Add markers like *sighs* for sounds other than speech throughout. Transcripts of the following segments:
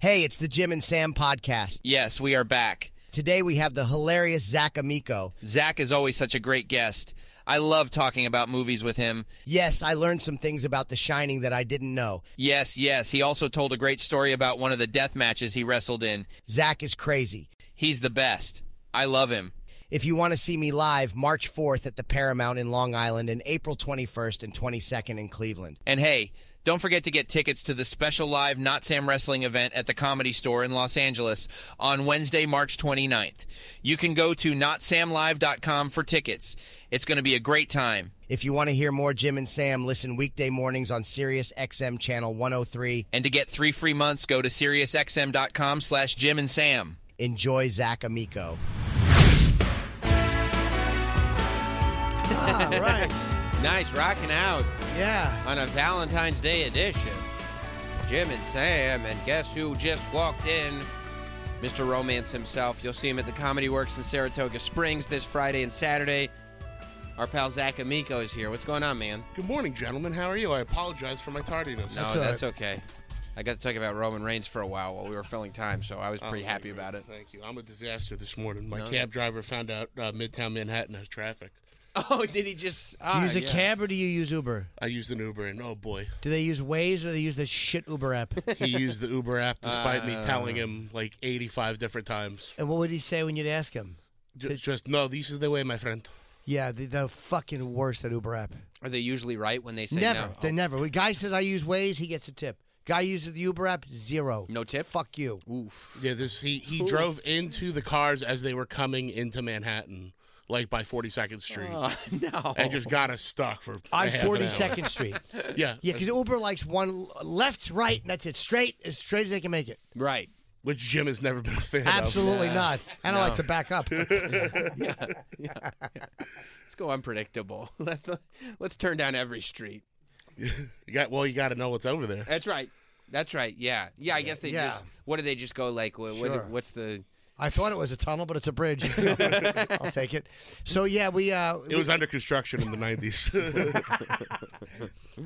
Hey, it's the Jim and Sam podcast. Yes, we are back. Today we have the hilarious Zach Amico. Zach is always such a great guest. I love talking about movies with him. Yes, I learned some things about The Shining that I didn't know. Yes, yes. He also told a great story about one of the death matches he wrestled in. Zach is crazy. He's the best. I love him. If you want to see me live, March 4th at the Paramount in Long Island and April 21st and 22nd in Cleveland. And hey, don't forget to get tickets to the special live Not Sam Wrestling event at the Comedy Store in Los Angeles on Wednesday, March 29th. You can go to notsamlive.com for tickets. It's going to be a great time. If you want to hear more Jim and Sam, listen weekday mornings on Sirius XM channel 103. And to get three free months, go to SiriusXM.com slash Jim and Sam. Enjoy Zach Amico. *laughs* All right. Nice rocking out Yeah. on a Valentine's Day edition. Jim and Sam, and guess who just walked in? Mr. Romance himself. You'll see him at the Comedy Works in Saratoga Springs this Friday and Saturday. Our pal Zach Amico is here. What's going on, man? Oh, Good morning, gentlemen. How are you? I apologize for my tardiness. No, that's, okay. I got to talk about Roman Reigns for a while while we were filling time, so I was pretty Oh, happy *laughs* about it. Thank you. I'm a disaster this morning. My cab driver found out uh, Midtown Manhattan has traffic. Oh, *laughs* did he just ah, use a yeah. cab or do you use Uber? I used an Uber, and *laughs* oh boy, Do they use Waze or they use the shit Uber *laughs* app? he used the Uber app despite me Uh. telling him like 85 different times. and what would he say when you'd ask him? Ju- Just no, this is the way, my friend. Yeah, the, the fucking worst that Uber app. Are they usually right when they say never. no? They never. When guy says I use Waze, he gets a tip. Guy uses the Uber app, zero. No tip? Fuck you. Oh, oof. *laughs* Yeah, this he he drove into the cars as they were coming into Manhattan, like by 42nd Street, Oh. no. and just got us stuck for On a half an hour. 42nd Street. Yeah, *laughs* Yeah, because Uber likes one left, right, and that's it. Straight, as straight as they can make it. Right. which Jim has never been a fan of. Absolutely Yeah. not. And I like to back up. Let's go unpredictable. *laughs* Let's let's turn down every street. You got well, you got to know what's over there. That's right. That's right. Yeah. Yeah. I guess they Yeah. just. What do they just go like? What, Sure. what, what's the? I thought it was a tunnel, but it's a bridge. I'll take it. So yeah, we uh, It was under construction in the 90s.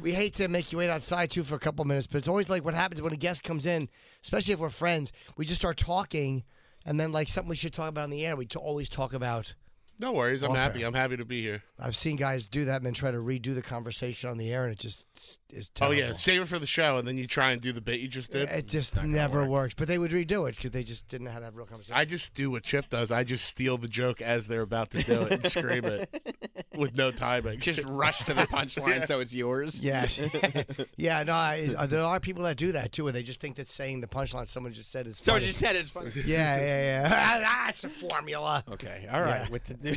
We hate to make you wait outside too for a couple minutes, but it's always like what happens when a guest comes in, especially if we're friends. We just start talking, and then like something we should talk about on the air. We to always talk about. *laughs* no worries. I'm Off happy. air. I'm happy to be here. I've seen guys do that and then try to redo the conversation on the air, and it just s- is Oh, terrible. yeah. Save it for the show, and then you try and do the bit you just did. it just never works. But they would redo it because they just didn't know how to have real conversation. *laughs* I just do what Chip does. I just steal the joke as they're about to do it and scream it *laughs* with no timing. *laughs* Just rush to the punchline so it's yours. Yes. *laughs* yeah, no, I, uh, there are people that do that too, where they just think that saying the punchline someone just said is So funny. you said it's *laughs* fun. *laughs* yeah, yeah, *laughs* yeah. That's a formula. Okay. All right. With the,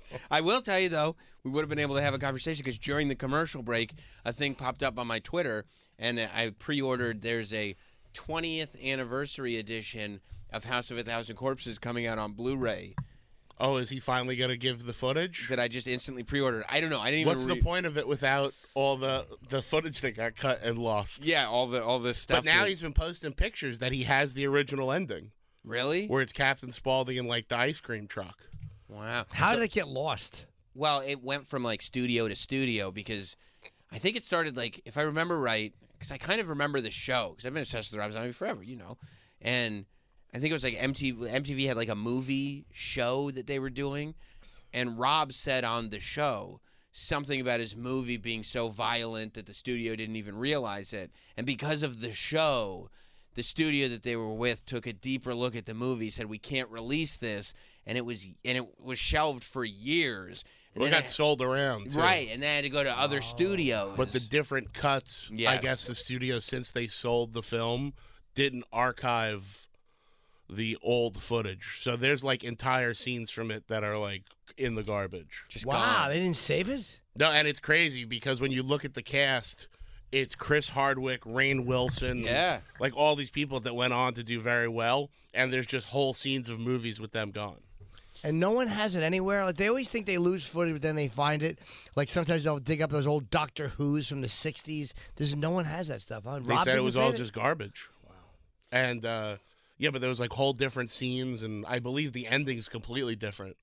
*laughs* I will tell you though, we would have been able to have a conversation because during the commercial break, a thing popped up on my Twitter, and I pre-ordered. There's a 20th anniversary edition of House of a Thousand Corpses coming out on Blu-ray Oh, is he finally going to give the footage? that I just instantly pre-ordered. I don't know. I didn't even. What's the re- point of it without all the, the footage that got cut and lost? Yeah. All the all this stuff. But now that- he's been posting pictures that he has the original ending, really. where it's Captain Spaulding and like the ice cream truck. Wow. How did it get lost? Well, it went from like studio to studio because I think it started like if I remember right, because I kind of remember the show because I've been obsessed with the Rob Zombie forever, you know, and I think it was like MTV. MTV had like a movie show that they were doing, and Rob said on the show something about his movie being so violent that the studio didn't even realize it, and because of the show. The studio that they were with took a deeper look at the movie, said we can't release this, and it was and it was shelved for years. And Well, it then got sold around. too. Right, and then I had to go to Oh. other studios. But the different cuts, I Yes. guess the studio, since they sold the film, didn't archive the old footage. So there's like entire scenes from it that are like in the garbage. just Wow, gone. they didn't save it? No, and it's crazy because when you look at the cast, it's Chris Hardwick, Rain Wilson, Yeah. like all these people that went on to do very well, and there's just whole scenes of movies with them gone. and no one has it anywhere. Like they always think they lose footage, but then they find it. Like sometimes they'll dig up those old Doctor Who's from the '60s. There's no one has that stuff. Huh? They Rob said it didn't was say all that? just garbage. Wow. And uh, yeah, but there was like whole different scenes, and I believe the ending's completely different.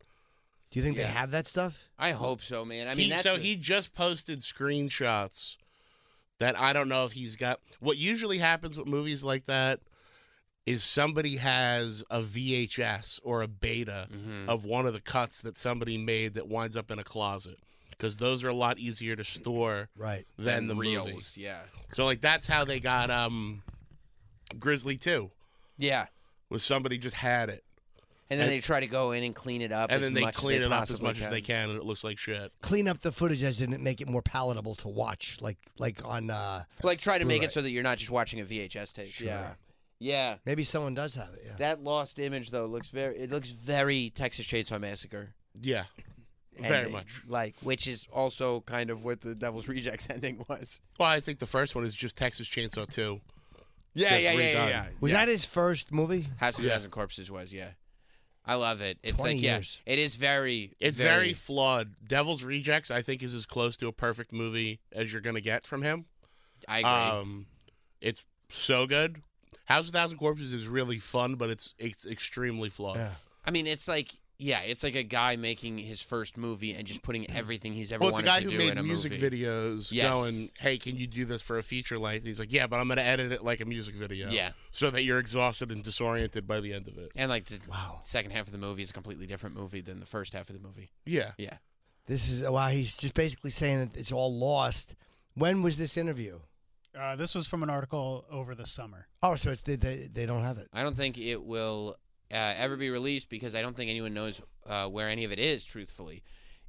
Do you think they have that stuff? I hope so, man. I mean, He- that's so a- he just posted screenshots that I don't know if he's got. What usually happens with movies like that is somebody has a VHS or a beta Mm-hmm. of one of the cuts that somebody made that winds up in a closet because those are a lot easier to store Right. than the reels. movies. Yeah. So like that's how they got um Grizzly 2 Yeah. was somebody just had it And then they try to go in and clean it up. and as then they much as clean it up as possibly much as they can and it looks like shit. Clean up the footage as didn't make it more palatable to watch, like like on uh Like try to make Blu-ray. it so that you're not just watching a VHS tape. Yeah. Yeah. maybe someone does have it, yeah. That lost image though looks very. It looks very Texas Chainsaw Massacre. Yeah. Very ending, much. Like, which is also kind of what the Devil's *laughs* Rejects ending was. Well, I think the first one is just Texas Chainsaw 2. Yeah, Just yeah, yeah, yeah, redone. yeah. was that his first movie? House of Yeah. Thousand Corpses was? Yeah, I love it. It's 20 like yeah, years. it is very. It's very, flawed. Devil's Rejects, I think, is as close to a perfect movie as you're gonna get from him. I agree. Um, it's so good. House of Thousand Corpses is really fun, but it's it's extremely flawed. Yeah. I mean, it's like yeah, it's like a guy making his first movie and just *clears throat* putting everything he's ever Well, it's a wanted guy to who do made in a music movie. videos Yes. going, "Hey, can you do this for a feature length?" And he's like, "Yeah, but I'm gonna edit it like a music video, Yeah. so that you're exhausted and disoriented by the end of it." And like the Wow. second half of the movie is a completely different movie than the first half of the movie. Yeah, Yeah, This is wow, he's just basically saying that it's all lost. When was this interview? Uh, this was from an article over the summer. Oh, so it's they they, they don't have it. I don't think it will uh, ever be released because I don't think anyone knows uh, where any of it is. Truthfully,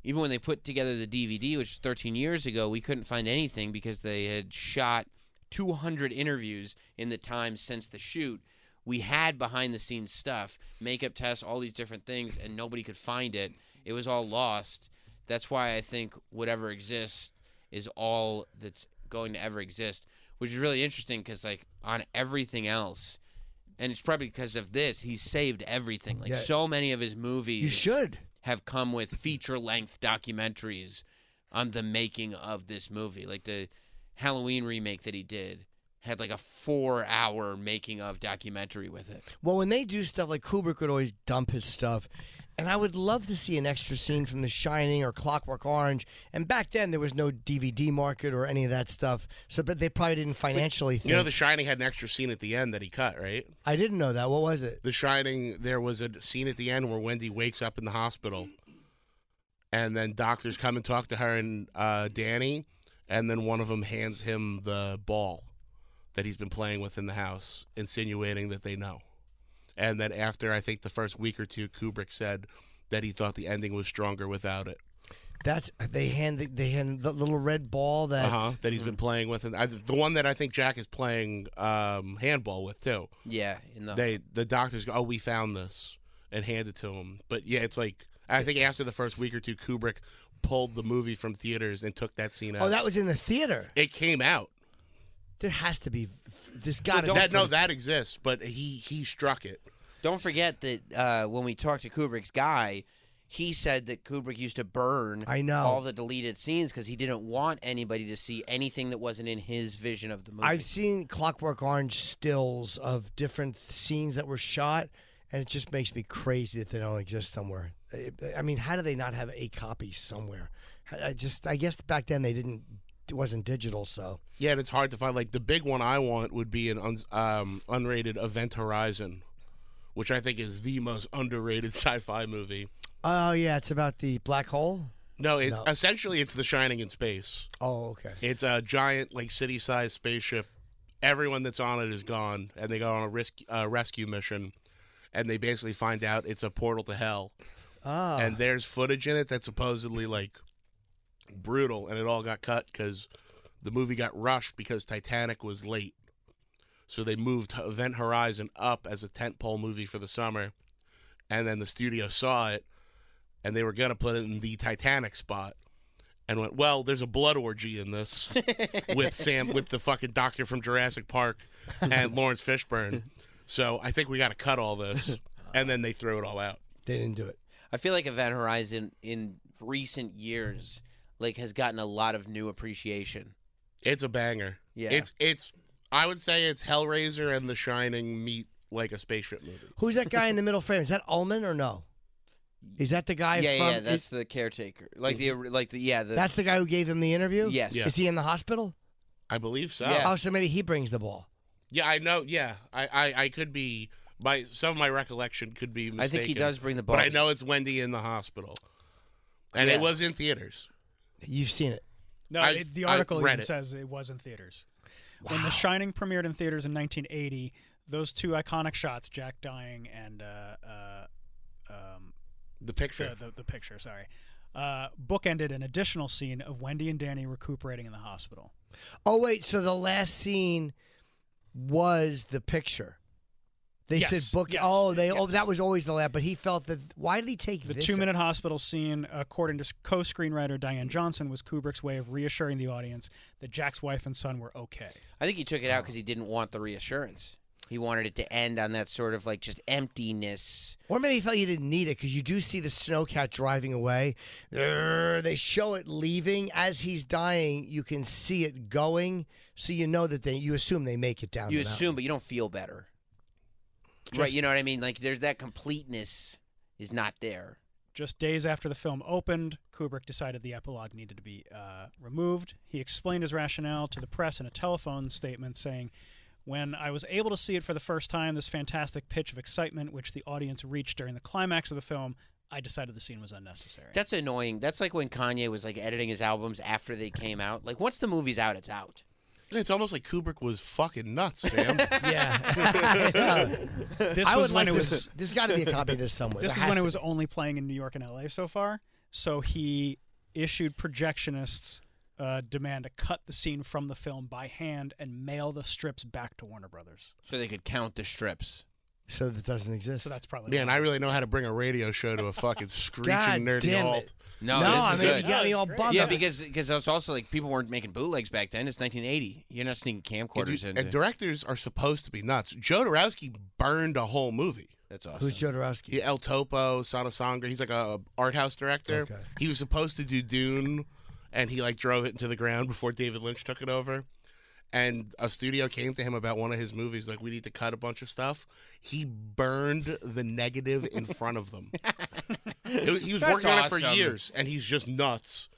even when they put together the DVD, which is 13 years ago, we couldn't find anything because they had shot 200 interviews in the time since the shoot. We had behind the scenes stuff, makeup tests, all these different things, and nobody could find it. It was all lost. That's why I think whatever exists is all that's going to ever exist, which is really interesting because, like, on everything else, and it's probably because of this, he saved everything. Like, Yeah. so many of his movies You should. have come with feature length documentaries on the making of this movie. Like the Halloween remake that he did had like a four hour making of documentary with it. Well, when they do stuff like Kubrick would always dump his stuff, and I would love to see an extra scene from The Shining or Clockwork Orange. And back then there was no DVD market or any of that stuff, so but they probably didn't financially. Think. you know, The Shining had an extra scene at the end that he cut, right? I didn't know that. What was it? The Shining, there was a scene at the end where Wendy wakes up in the hospital, and then doctors come and talk to her and uh, Danny, and then one of them hands him the ball that he's been playing with in the house, insinuating that they know. And then after I think the first week or two, Kubrick said that he thought the ending was stronger without it. That's they hand they hand the little red ball that. Uh huh. That he's been playing with, and I, the one that I think Jack is playing um, handball with too. Yeah, in the they the doctors go, "Oh, we found this," and hand it to him. But yeah, it's like I think after the first week or two, Kubrick pulled the movie from theaters and took that scene out. Oh, that was in the theater. it came out. There has to be. This got to That no, that exists, but he he struck it. Don't forget that uh, when we talked to Kubrick's guy, he said that Kubrick used to burn I know. all the deleted scenes because he didn't want anybody to see anything that wasn't in his vision of the movie. I've seen Clockwork Orange stills of different th- scenes that were shot, and it just makes me crazy that they don't exist somewhere. I- I mean, how do they not have a copy somewhere? I I just, I guess back then they didn't, it wasn't digital, so Yeah, and it's hard to find. Like the big one I want would be an un, um, unrated Event Horizon, which I think is the most underrated *laughs* sci-fi movie. oh yeah, it's about the black hole. No, it's No. essentially it's The Shining in space. Oh okay. It's a giant, like city-sized spaceship. Everyone that's on it is gone, and they go on a risk uh, rescue mission, and they basically find out it's a portal to hell. Ah, And there's footage in it that's supposedly like brutal, and it all got cut because the movie got rushed because Titanic was late. So they moved Event Horizon up as a tentpole movie for the summer, and then the studio saw it, and they were gonna put it in the Titanic spot, and went, "Well, there's a blood orgy in this with Sam, with the fucking doctor from Jurassic Park and Lawrence Fishburne." So I think we gotta cut all this, and then they throw it all out. they didn't do it. I feel like Event Horizon in recent years like has gotten a lot of new appreciation. It's a banger. Yeah. It's it's I would say it's Hellraiser and The Shining meet like a spaceship movie. Who's that guy in the middle frame? Is that Ullman or no? Is that the guy? yeah, from, yeah, that's is- the caretaker. Like the like the yeah, the that's the guy who gave them the interview. Yes. Yeah. Is he in the hospital? I believe so. Yeah. Oh, so maybe he brings the ball. Yeah, I know. Yeah, I, I, I could be. My some of my recollection could be. Mistaken, I think he does bring the but I balls. know it's Wendy in the hospital, and Yeah. it was in theaters. You've seen it. No, I- it, the I article read even it. says it was in theaters. When The Shining premiered in theaters in 1980, those two iconic shots, Jack dying and uh, uh, um, The picture. the, the, the picture, sorry, uh, bookended an additional scene of Wendy and Danny recuperating in the hospital. Oh wait, so the last scene was the picture. They said Yes, book. yes, oh, they. Oh, yes. that was always the last. But he felt that. Why did he take The this two out? minute hospital scene, according to co screenwriter Diane Johnson, was Kubrick's way of reassuring the audience that Jack's wife and son were okay. I think he took Oh. it out because he didn't want the reassurance. He wanted it to end on that sort of like just emptiness. Or maybe he felt you didn't need it because you do see the snowcat driving away. There, They show it leaving as he's dying. You can see it going, so you know that they. You assume they make it down. You the mountain. *laughs* assume, but you don't feel better. right, you know what I mean? Like there's that completeness is not there. Just days after the film opened, Kubrick decided the epilogue needed to be uh, removed. He explained his rationale to the press in a telephone statement, saying, When I was able to see it for the first time, this fantastic pitch of excitement which the audience reached during the climax of the film, I decided the scene was unnecessary. That's annoying. That's like when Kanye was like editing his albums after they came out. Like once the movie's out, it's out. It's almost like Kubrick was fucking nuts, *laughs* Sam. *laughs* this I was would when like it this. was. There's got to be a copy of this somewhere. This There is has when to it was only playing in New York and LA so far. So he issued projectionists uh, demand to cut the scene from the film by hand and mail the strips back to Warner Brothers. So they could count the strips. be. so that doesn't exist. So that's probably Man, I really know how to bring a radio show to a fucking screeching God nerdy damn halt. it. No, no, this I is mean good. you got me all bummed yeah, up. because because it's also like people weren't making bootlegs back then. It's 1980. You're not sneaking And, you- camcorders in. and directors are supposed to be nuts. Jodorowsky burned a whole movie. That's awesome. who's Jodorowsky? He, El Topo, Sadasanga. He's like a art house director. Okay. He was supposed to do Dune, and he like drove it into the ground before David Lynch took it over. And a studio came to him about one of his movies, like we need to cut a bunch of stuff. He burned the negative in front of them. It was- he was That's working on it for awesome. years, and he's just nuts.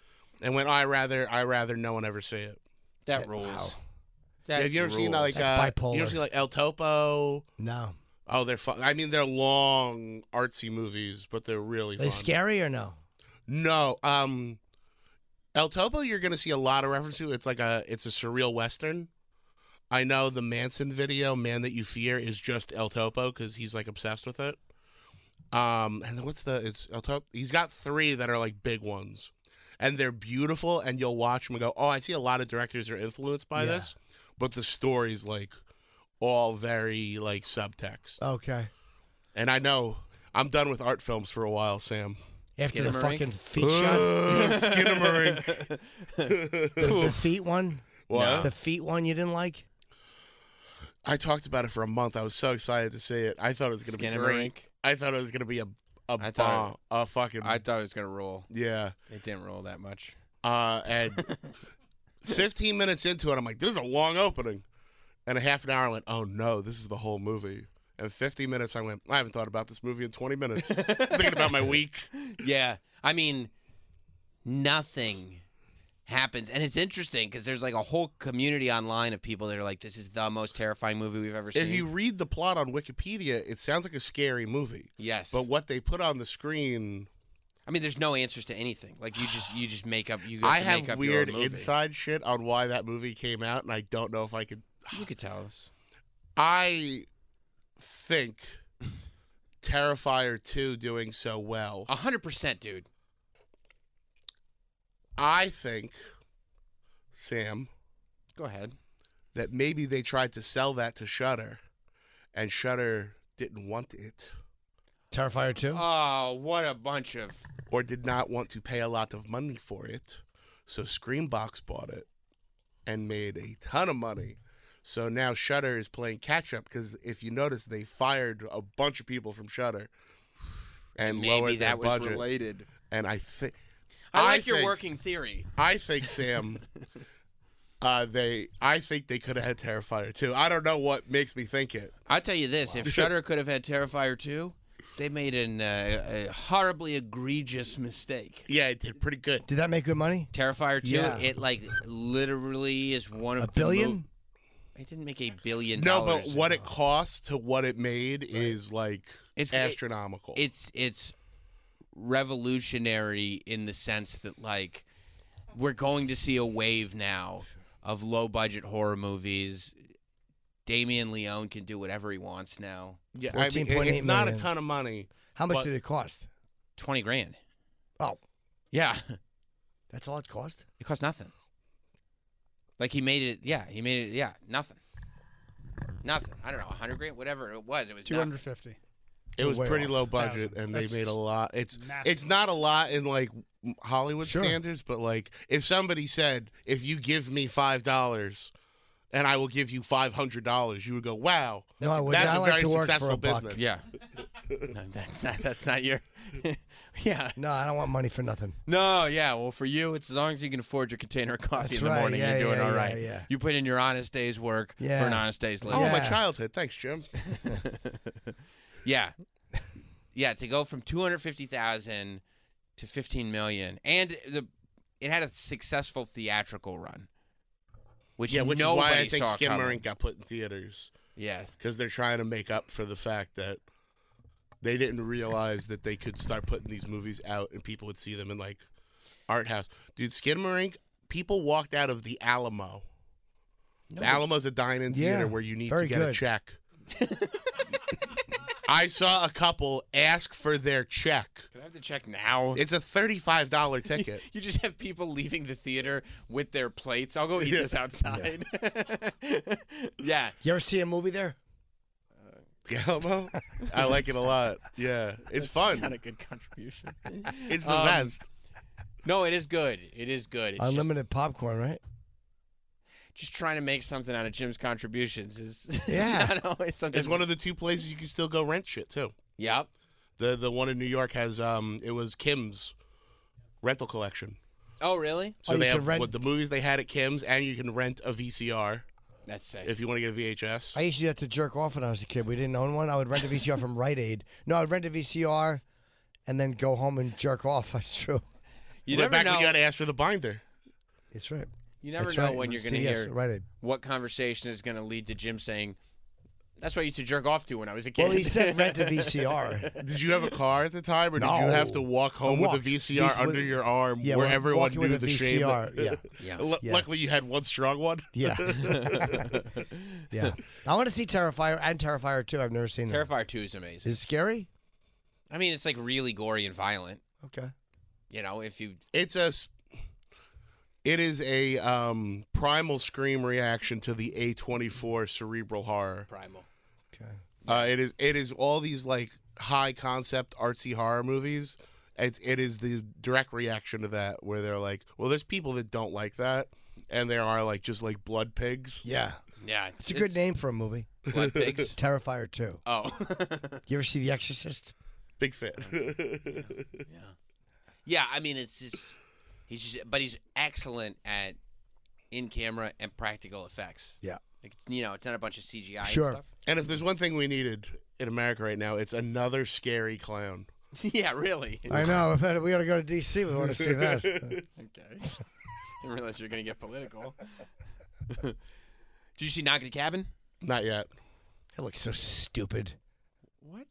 And when I rather, I rather no one ever see it. that rules. That Have you ever seen rules. like That's uh, You bipolar. ever seen like El Topo? No, Oh, they're fun. I mean, they're long artsy movies, but they're really they fun. scary or no? No, um, El Topo, you're gonna see a lot of reference to. It's like a it's a surreal western. I know the Manson video, "Man That You Fear," is just El Topo because he's like obsessed with it. Um, and then what's the it's El Topo? He's got three that are like big ones, and they're beautiful. And you'll watch them and go, "Oh, I see a lot of directors are influenced by Yeah. this," but the story's like all very like subtext. Okay. And I know I'm done with art films for a while, Sam. After the Skinnamarink? fucking feet shot, *laughs* Skinnamarink. the feet one, What? the feet one you didn't like. I talked about it for a month. I was so excited to see it. I thought it was going to be Skinnamarink. great. I thought it was going to be a a I bomb, thought a fucking I thought it was gonna roll. yeah. It didn't roll that much. Uh, *laughs* and 15 minutes into it, I'm like, this is a long opening. And a half an hour, I went, oh no, this is the whole movie. And 50 minutes, I went, I haven't thought about this movie in 20 *laughs* minutes. Thinking about my week. Yeah, I mean, nothing happens, and it's interesting because there's like a whole community online of people that are like, "This is the most terrifying movie we've ever seen." If you read the plot on Wikipedia, it sounds like a scary movie. yes, But what they put on the screen, I mean, there's no answers to anything. Like you just you just make up. You guys I can make have up weird your own movie. inside shit on why that movie came out, and I don't know if I could You could tell us. I think Terrifier 2 doing so well. A hundred percent, dude. I think, Sam, Go ahead. that maybe they tried to sell that to Shudder, and Shudder didn't want it Terrifier two. Oh, what a bunch of or did not want to pay a lot of money for it. So Screambox bought it and made a ton of money. So now Shudder is playing catch up because if you notice, they fired a bunch of people from Shudder and maybe lowered their that was budget. related. And I think I like I your think- working theory. I think Sam. Uh, they, I think they could have had Terrifier too. I don't know what makes me think it. I tell you this: *laughs* if Shutter could have had Terrifier two, they made an uh, a horribly egregious mistake. Yeah, it did pretty good. Did that make good money? Terrifier two, Yeah. it like literally is one of A the mo- billion? It didn't make a billion No, dollars. but what it cost to what it made is like It's- it- astronomical. it's it's revolutionary in the sense that like we're going to see a wave now of low budget horror movies. Damien Leone can do whatever he wants now. yeah, I mean, it- 14.8 it's not a million. ton of money. How much But- did it cost? Twenty grand. Oh, Yeah. that's all it cost. It cost nothing. Like he made it yeah, he made it yeah, nothing. Nothing. I don't know, hundred grand, whatever it was. It was Two nothing. hundred fifty. It was Way pretty off. low budget, and they That's made a lot. It's massive. it's not a lot in like Hollywood Sure. standards, but like if somebody said, "If you give me five dollars, and I will give you five hundred dollars," you would go, "Wow, No, I would that's not a like very to work for successful a buck." business." Yeah. *laughs* no, that's not that's not your *laughs* Yeah. No, I don't want money for nothing. No, yeah. Well, for you, it's as long as you can afford your container of coffee That's in the right, morning, yeah, you're doing yeah, all yeah, right. yeah. You put in your honest day's work for an Yeah. honest day's Oh, living. my Yeah. childhood. Thanks, Jim. yeah. yeah, to go from 250,000 to 15 million and the it had a successful theatrical run. Which yeah, which is nobody why I think saw coming. Skimmerink got put in theaters Yeah. because they're trying to make up for the fact that they didn't realize that they could start putting these movies out and people would see them in like art house. Dude, Skidmarink, people walked out of the Alamo. The Alamo's a dine-in Yeah, theater where you need to very get a good. *laughs* check. I saw a couple ask for their check. Can I have to check now? It's a thirty-five *laughs* dollar ticket. you just have people leaving the theater with their plates. I'll *laughs* go eat this outside. *laughs* yeah. You ever see a movie there? The Alamo, I like it a lot. Yeah, it's fun. Not a good contribution. it's the Um, best. no, it is good. It is good. It's just, Unlimited popcorn, right? just trying to make something out of Jim's contributions is *laughs* Yeah. not always sometimes. It's one of the two places you can still go rent shit too. yep. The the one in New York has um it was Kim's rental collection. Oh, really? So Oh, you they can have rent- what, the movies they had at Kim's, and you can rent a VCR That's sick. if you want to get a VHS. I used to do that to jerk off when I was a kid. We didn't own one. I would rent a VCR from Rite Aid. No, I'd rent a VCR and then go home and jerk off. *laughs* That's true. you Right never back know. when you got to ask for the binder. It's right. you never That's know right. when you're going to See, yes, hear Rite Aid. what conversation is going to lead to Jim saying, "That's what I used to jerk off to when I was a kid." *laughs* Well, he said rent a VCR. Did you have a car at the time, or did you No. have to walk home I with a walked. VCR These- under with- your arm, Yeah, where walk- everyone walking knew with the a shame? *laughs* that- VCR, yeah. Lu- yeah. Luckily, you had one strong one. *laughs* Yeah. yeah. I want to see Terrifier and Terrifier 2. I've never seen them. Terrifier Two is amazing. Is it scary? I mean, it's like really gory and violent. Okay. You know, if you It's a. s- It is a um, primal scream reaction to the A24 cerebral horror. primal. Okay. Uh, it is it is all these like high concept artsy horror movies. It's it is the direct reaction to that where they're like, well, there's people that don't like that, and there are like just like blood pigs. Yeah. Yeah, It's a good name for a movie. *laughs* Blood pigs. Terrifier 2. Oh, *laughs* You ever see The Exorcist? Big fit. yeah. I mean, it's just he's just, but he's excellent at in camera and practical effects. Yeah. Like it's you know, it's not a bunch of CGI. and Sure. stuff. *laughs* *laughs* and if there's one thing we needed in America right now, it's another scary clown. yeah, really. I know. We better- We got to go to D.C. We want to see that. *laughs* Okay. *laughs* Didn't realize you were gonna get political. *laughs* Did you see Knock at the Cabin? Not yet. It looks so stupid. What?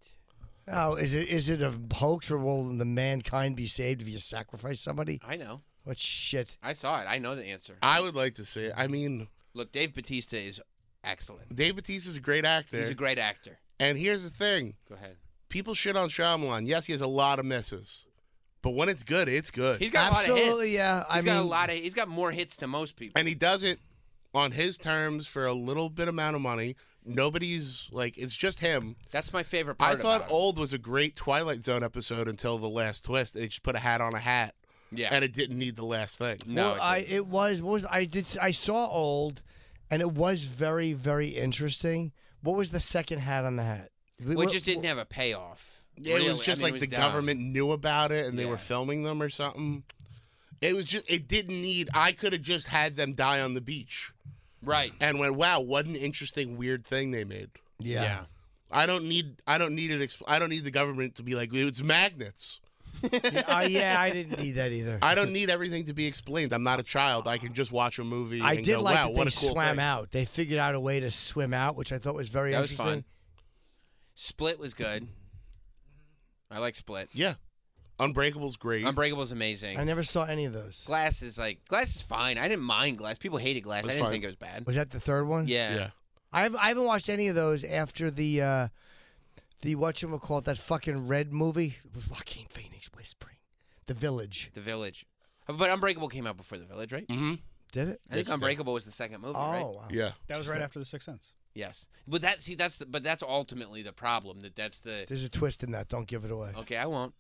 Oh, is it is it a hoax or will the mankind be saved if you sacrifice somebody? I know. What shit? I saw it. I know the answer. I would like to see it. I mean, Look, Dave Batista is excellent. Dave Bautista's a great actor, He's a great actor. and here's the thing: Go ahead. people shit on Shyamalan. Yes, he has a lot of misses, but when it's good, it's good. He's got Absolutely, a lot of hits. yeah. I He's got a mean- lot of. He's got more hits than most people. and he does it on his terms for a little bit amount of money. Nobody's like it's just him. That's my favorite I part. thought about him. old was a great Twilight Zone episode until the last twist. They just put a hat on a hat, Yeah. and it didn't need the last thing. no, well, I didn't. it was what was I did s- I saw old, and it was very very interesting. What was the second hat on the hat? We- Well, it what- just didn't have a payoff. It really. was just I mean, like it the was dumb. government knew about it and they Yeah. were filming them or something. It was just it didn't need. I could have just had them die on the beach Right. and went, "Wow, what an interesting weird thing they made." yeah. I don't need I don't need it. Expl- I don't need the government to be like it's magnets. Uh, yeah, I didn't need that *laughs* either. I don't need everything to be explained. I'm not a child. I can just watch a movie. I and did go, like wow, that what they a cool swam thing. out. They figured out a way to swim out, which I thought was very That was interesting. fun. Split was good. I like Split. Yeah, Unbreakable's great. Unbreakable's I amazing. never saw any of those. Glass is like Glass is fine. I didn't mind Glass. People hated Glass. It's I didn't fine. think it was bad. Was that the third one? Yeah. yeah, I've I haven't watched any of those after the uh the whatchamacallit, that fucking red movie. It was Joaquin Phoenix whispering. The Village. The Village. But Unbreakable came out before The Village, right? mm-hmm. Did it? I Yes, it think did. Unbreakable was the second movie, Oh right? wow. yeah. That was right after The Sixth Sense. Yes. But that see that's the, but that's ultimately the problem that that's the There's a twist in that, don't give it away. Okay, I won't.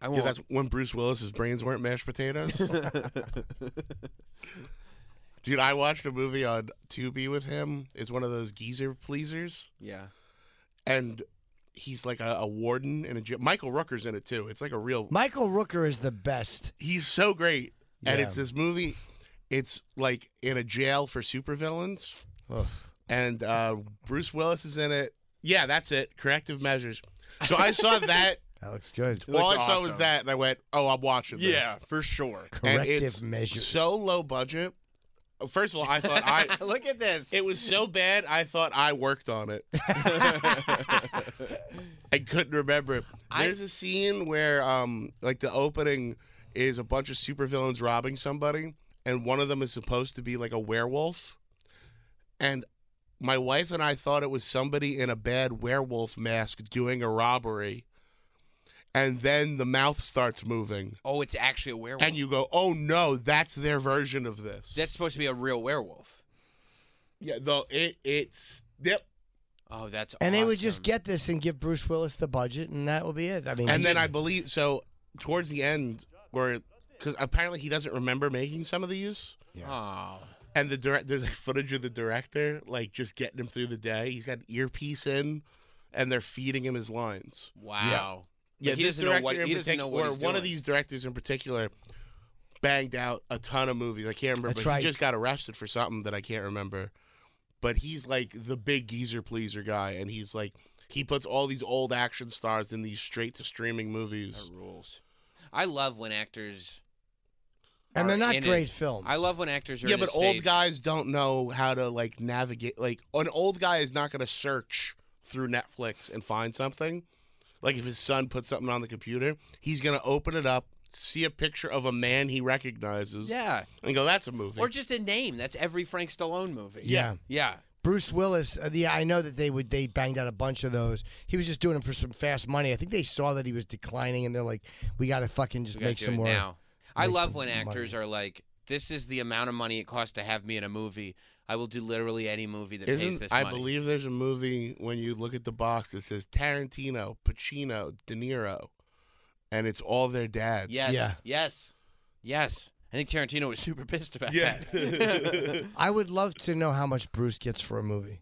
I Yeah, won't. that's when Bruce Willis's brains weren't mashed potatoes. Dude, I watched a movie on Tubi with him. It's one of those geezer pleasers, *laughs* yeah. and he's like a, a warden in a jail. Michael Rooker's in it too. It's like a real. Michael Rooker is the best. He's so great, and Yeah. it's this movie. It's like in a jail for supervillains, and uh, Bruce Willis is in it. Yeah, that's it. Corrective measures. So *laughs* I saw that. That looks good. All I looks saw was awesome. that, and I went, "Oh, I'm watching this." for sure. and Corrective it's measures. So low budget. First of all, I thought I Look at this. it was so bad I thought I worked on it. I couldn't remember it. I- There's a scene where um like the opening is a bunch of supervillains robbing somebody and one of them is supposed to be like a werewolf. And my wife and I thought it was somebody in a bad werewolf mask doing a robbery. And then the mouth starts moving oh, it's actually a werewolf. and you go, "Oh no, that's their version of this." that's supposed to be a real werewolf. yeah, though it it's yep. Oh, that's and awesome. they would just get this and give Bruce Willis the budget, and that would be it. I mean, And then I just- believe so towards the end where because apparently he doesn't remember making some of these. Oh. And the direct there's like footage of the director like just getting him through the day. He's got an earpiece in, and they're feeding him his lines. Wow. Yeah, he this doesn't know director what- in he doesn't know partic- what or he's one of doing. these directors in particular banged out a ton of movies. I can't remember. That's but right. He just got arrested for something that I can't remember. But he's like the big geezer pleaser guy, and he's like he puts all these old action stars in these straight to streaming movies. That rules. I love when actors and they're are not in great it. films. I love when actors are Yeah, in a but old stage- guys don't know how to like navigate. Like an old guy is not going to search through Netflix and find something. Like if his son puts something on the computer, he's going to open it up, see a picture of a man he recognizes, Yeah. and go, "That's a movie." Or just a name. That's every Frank Stallone movie. Yeah. Yeah. Bruce Willis. uh, Yeah, I know that they would. They banged out a bunch of those. He was just doing them for some fast money. I think they saw that he was declining, and they're like, "We got to fucking just We gotta make do some it more." now. I make love some when actors are like, "This is the amount of money it costs to have me in a movie. I will do literally any movie that pays Isn't, this I money." believe there's a movie when you look at the box that says Tarantino, Pacino, De Niro, and it's all their dads. Yes. Yeah. Yes. Yes. I think Tarantino was super pissed about Yeah. that. I would love to know how much Bruce gets for a movie.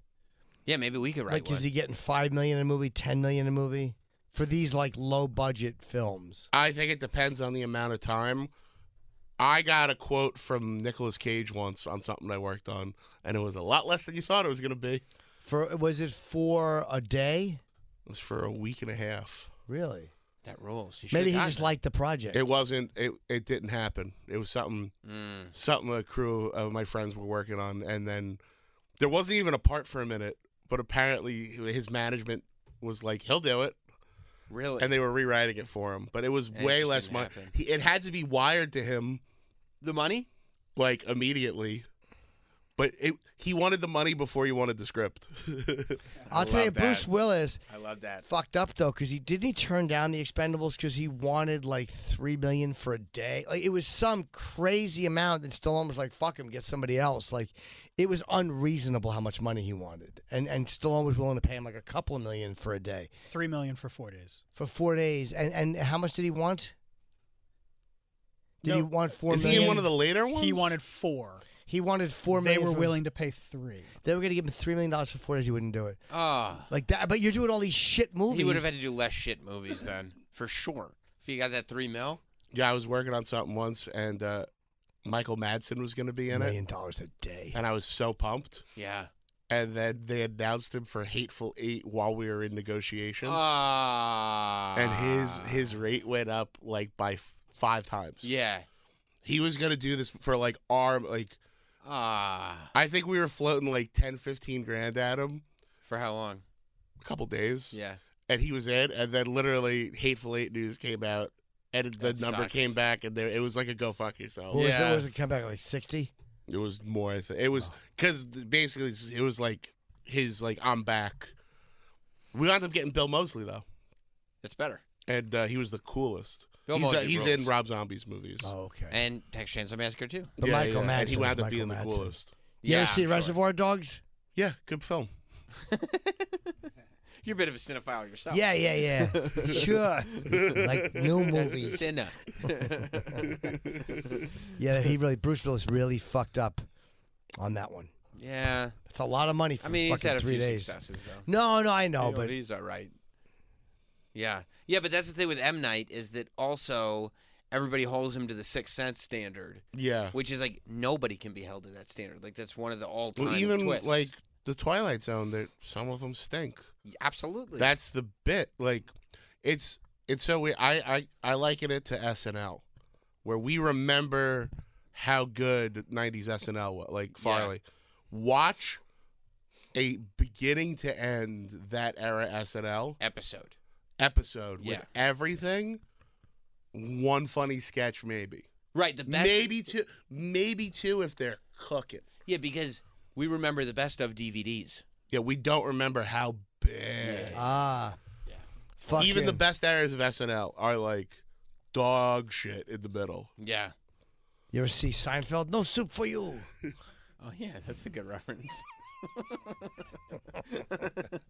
yeah, maybe we could write like, one. is he getting five million in a movie, ten million in a movie for these like low budget films? I think it depends on the amount of time. I got a quote from Nicolas Cage once on something I worked on, and it was a lot less than you thought it was going to be. It For was it for a day? was for a week and a half. Really? that rules. You Maybe should've he gotten just that. liked the project. It wasn't. It it didn't happen. It was something Mm. something a crew of my friends were working on, and then there wasn't even a part for a minute. But apparently, his management was like, "He'll do it," really. and they were rewriting it for him. But it was And it way just less didn't money. happen. He, it had to be wired to him the money? like immediately. But it, he wanted the money before he wanted the script. *laughs* I'll tell you, love that. Bruce Willis I love that. fucked up though because he didn't he turn down the Expendables because he wanted like three million for a day. Like it was some crazy amount, and Stallone was like, "Fuck him, get somebody else." Like it was unreasonable how much money he wanted, and and Stallone was willing to pay him like a couple of million for a day Three million for four days. for four days. And and how much did he want? Did he No. want four Is million? he in one of the later ones? He wanted four. He wanted four they million. were for- willing to pay three. They were going to give him three million dollars for four days. He wouldn't do it Oh. like that. But you're doing all these shit movies. He would have had to do less shit movies then, for sure. If he got that three mil, Yeah, I was working on something once, and uh, Michael Madsen was going to be a in it, million dollars a day. and I was so pumped. yeah. and then they announced him for Hateful Eight while we were in negotiations, Ah. and his his rate went up like by f- five times. Yeah. He was gonna do this for like arm like Ah. I think we were floating like 10, 15 grand at him For how long? a couple days. Yeah. and he was in, and then literally Hateful Eight news came out, and the That number sucks. came back, and there it was like a go fuck yourself. What was, Yeah. what was it come back like sixty? It was more. I thi- It was because basically it's- it was like his like I'm back. We wound up getting Bill Mosley though, That's better. and uh, he was the coolest. Bill he's uh, Moseley he's rules. in Rob Zombie's movies. Oh, okay. And Texas Chainsaw Massacre too. But Michael and he Madsen wound was up being Michael the Madsen. coolest. you yeah, ever see I'm sure. Reservoir Dogs? Yeah, good film. You're a bit of a cinephile yourself. Yeah, yeah, *laughs* yeah. sure. like new movies. Cinna. Yeah, he really Bruce Willis really fucked up on that one. yeah. It's a lot of money for I mean, he's fucking had a three few days. successes though. No, no, I Oh, know, You know, but he's all right. Yeah, yeah, but that's the thing with M Night is that also everybody holds him to the Sixth Sense standard, Yeah, which is like nobody can be held to that standard. Like that's one of the all-time well, even twists. like the Twilight Zone, there some of them stink. absolutely. That's the bit. Like, it's it's so weird. I I I liken it to SNL, where we remember how good '90s SNL was. Like Farley, watch a beginning to end that era SNL episode. episode Yeah. with everything. One funny sketch, maybe, Right, the best. maybe two, maybe two if they're cooking. Yeah, because we remember the best of DVDs. Yeah, we don't remember how bad. ah, fuck Even the him. best areas of SNL are like dog shit in the middle. Yeah. You ever see Seinfeld? No soup for you. Oh yeah, that's a good reference.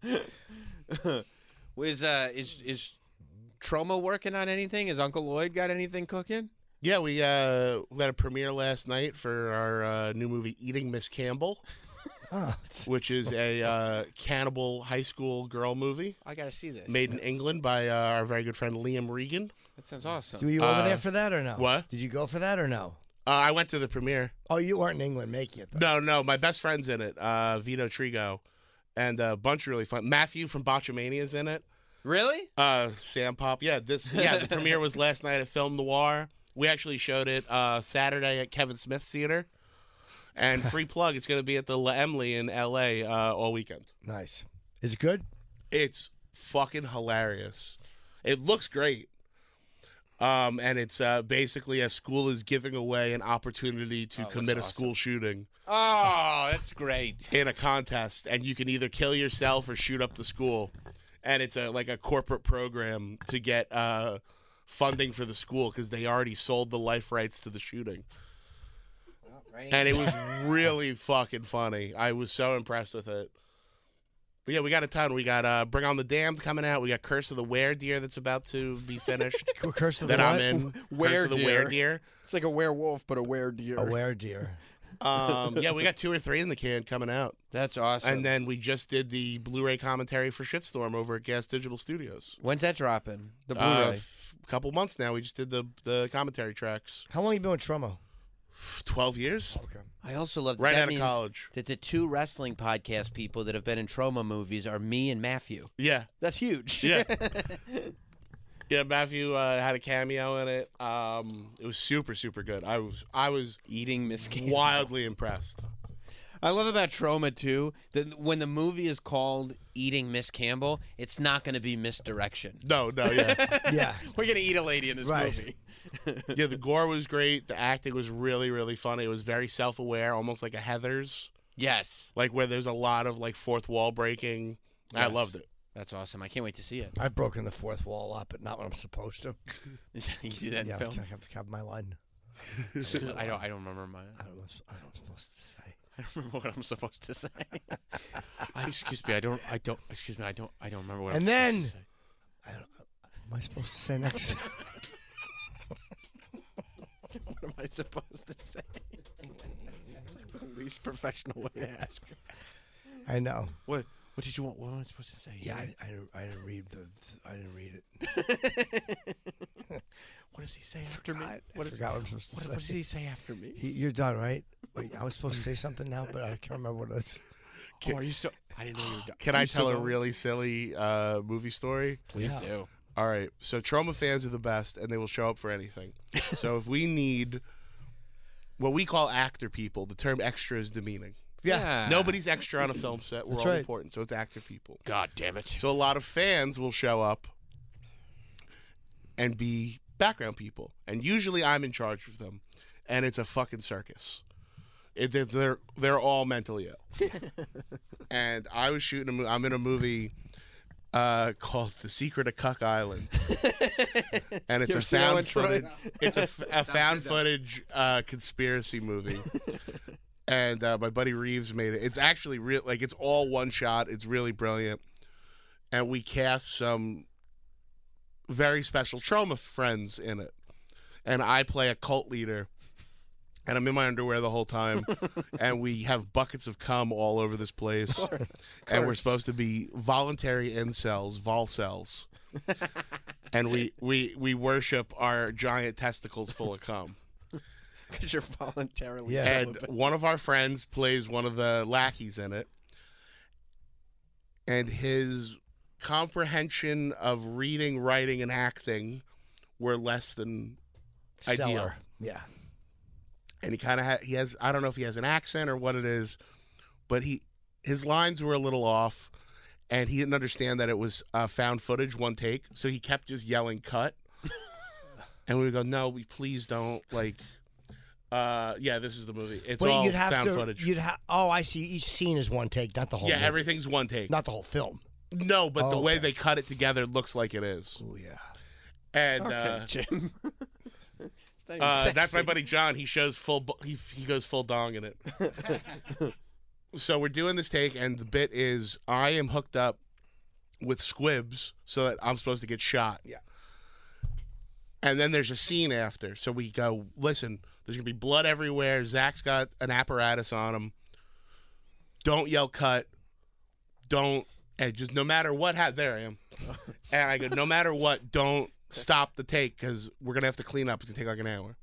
*laughs* Was uh is is Troma working on anything? Is Uncle Lloyd got anything cooking? Yeah, we uh we had a premiere last night for our uh, new movie Eating Miss Campbell, Uh. *laughs* which is a uh, cannibal high school girl movie I gotta see this. made in England by uh, our very good friend Liam Regan. That sounds awesome. Were you over Uh, there for that or no? what? Did you go for that or no? Uh, I went to the premiere. Oh, you weren't in England making it. Though. No, no, my best friend's in it, uh, Vito Trigo, and a bunch of really fun. Matthew from Botchamania's in it. Really? Uh, Sam Pop. Yeah, this. Yeah, the premiere was last night at Film Noir. We actually showed it uh, Saturday at Kevin Smith Theater. And free *laughs* plug, it's going to be at the La Emily in L.A. Uh, all weekend. Nice. Is it good? It's fucking hilarious. It looks great. Um, and it's uh, basically a school is giving away an opportunity to commit a school shooting Oh, that's great. in a contest, and you can either kill yourself or shoot up the school. And it's a like a corporate program to get uh, funding for the school because they already sold the life rights to the shooting. And it was really fucking funny. I was so impressed with it. But yeah, we got a ton. We got uh, Bring On the Damned coming out. We got Curse of the Were Deer that's about to be finished. Curse of the that I'm what? in. Curse of the Were-deer. Were Deer. It's like a werewolf, but a were deer. A were deer. Um, yeah, we got two or three in the can coming out. That's awesome. And then we just did the Blu-ray commentary for Shitstorm over at Gas Digital Studios. when's that dropping? Oh, The A Blu-ray. couple months now. We just did the the commentary tracks. How long you been with Trumbo? Twelve years. Okay. I also love that, Right that out of means college. that the two wrestling podcast people that have been in trauma movies are me and Matthew. Yeah, That's huge. yeah, yeah. Matthew uh, had a cameo in it. Um, it was super, super good. I was, I was Eating Miss Campbell. wildly impressed. *laughs* I love about Trauma too that when the movie is called Eating Miss Campbell, it's not going to be misdirection. No, no, *laughs* yeah, Yeah. We're going to eat a lady in this Right. movie. yeah. The gore was great. The acting was really, really funny. It was very self-aware, almost like a Heather's, Yes. like where there's a lot of like fourth wall breaking. I Yes. loved it. That's awesome. I can't wait to see it. *laughs* I've broken the fourth wall a lot, but not when I'm supposed to. you do that in yeah, I *laughs* film? have, have my line. I don't I don't remember my I don't know. what I'm- I don't know what I'm supposed to say. I don't *laughs* remember what I'm supposed to say. I, excuse me, I don't I don't excuse me, I don't I don't remember what I'm And then- supposed to say. I don't, what am I supposed to say *laughs* next? *laughs* What am I supposed to say? it's like the least professional way to ask. me. I know. What what did you want? What am I supposed to say? Yeah, I, I, didn't- I didn't read the. I didn't read it. What does he say after me? I, I What is- forgot what I'm supposed to what, say. what does he say after me? He- You're done, right? Wait, I was supposed to say something now, but I can't remember what it is. Oh, are you still? I didn't know you were. do- Can are I you still tell a going? really silly uh, movie story? Please do. All right. So trauma fans are the best, and they will show up for *laughs* anything. so if we need what we call actor people, the term extra is demeaning. Yeah. Nobody's extra on a film set. We're all right. important, so it's actor people. God damn *laughs* it. So a lot of fans will show up and be background people, and usually I'm in charge of them, and it's a fucking circus. It, they're- they're they're all mentally ill, and I was shooting. A mo- I'm in a movie uh, called "The Secret of Cuck Island," and it's a seen that one, found Troy? footage. It's a, f- a found footage uh, conspiracy movie. And uh, my buddy Reeves made it. It's actually real, like it's all one shot. It's really brilliant and we cast some very special trauma friends in it. And I play a cult leader, and I'm in my underwear the whole time, and we have buckets of cum all over this place, and we're supposed to be voluntary incels, vol cells, and we we we worship our giant testicles full of cum. Because you're voluntarily. *laughs* And *laughs* one of our friends plays one of the lackeys in it. And his comprehension of reading, writing, and acting were less than ideal. Stellar. Yeah. And he kind of ha- he has I don't know if he has an accent or what it is, but he his lines were a little off, and he didn't understand that it was uh, found footage, one take. So he kept just yelling *laughs* "cut," and we would go, "No, we please don't like." Uh, yeah, this is the movie. It's Wait, all you'd have found to. footage. You'd have. Oh, I see. Each scene is one take, not the whole. Yeah, movie. everything's one take. Not the whole film. no, but the Oh, way okay. they cut it together looks like it is. Oh yeah. And Okay, uh, Jim. *laughs* It's not even uh, that's my sexy. buddy John. He shows full. bo- He he goes full dong in it. so we're doing this take, and the bit is I am hooked up with squibs so that I'm supposed to get shot. Yeah. And then there's a scene after, so we go. Listen, there's gonna be blood everywhere. Zach's got an apparatus on him. Don't yell cut. Don't and just no matter what. Ha- there I am. And I go, no matter what, don't stop the take because we're gonna have to clean up. It's gonna take like an hour.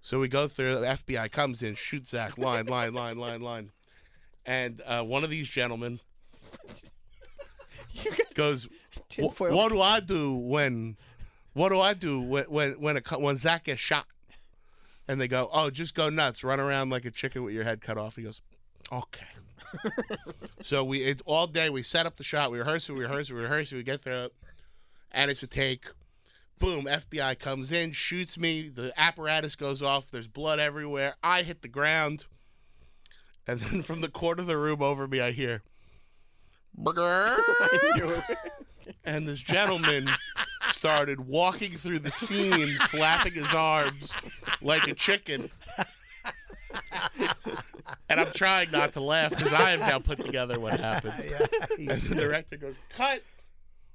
So we go through. The FBI comes in, shoots Zach, line, line, line, line, line, and uh, one of these gentlemen goes, "Wh- Tinfoil. "What do I do when? What do I do when when when, a, co- when Zach gets shot?" And they go, "Oh, just go nuts, run around like a chicken with your head cut off." He goes, "Okay." So we it, all day we set up the shot, we rehearse it, we rehearse it, we rehearse it, we get through it, and it's a take. Boom! FBI comes in, shoots me. The apparatus goes off. There's blood everywhere. I hit the ground, and *laughs* then from the corner of the room over me, I hear, *laughs* and this gentleman started walking through the scene, flapping his arms like a chicken. And I'm trying not to laugh because I have now put together what *laughs* happened. And the director goes, Cut!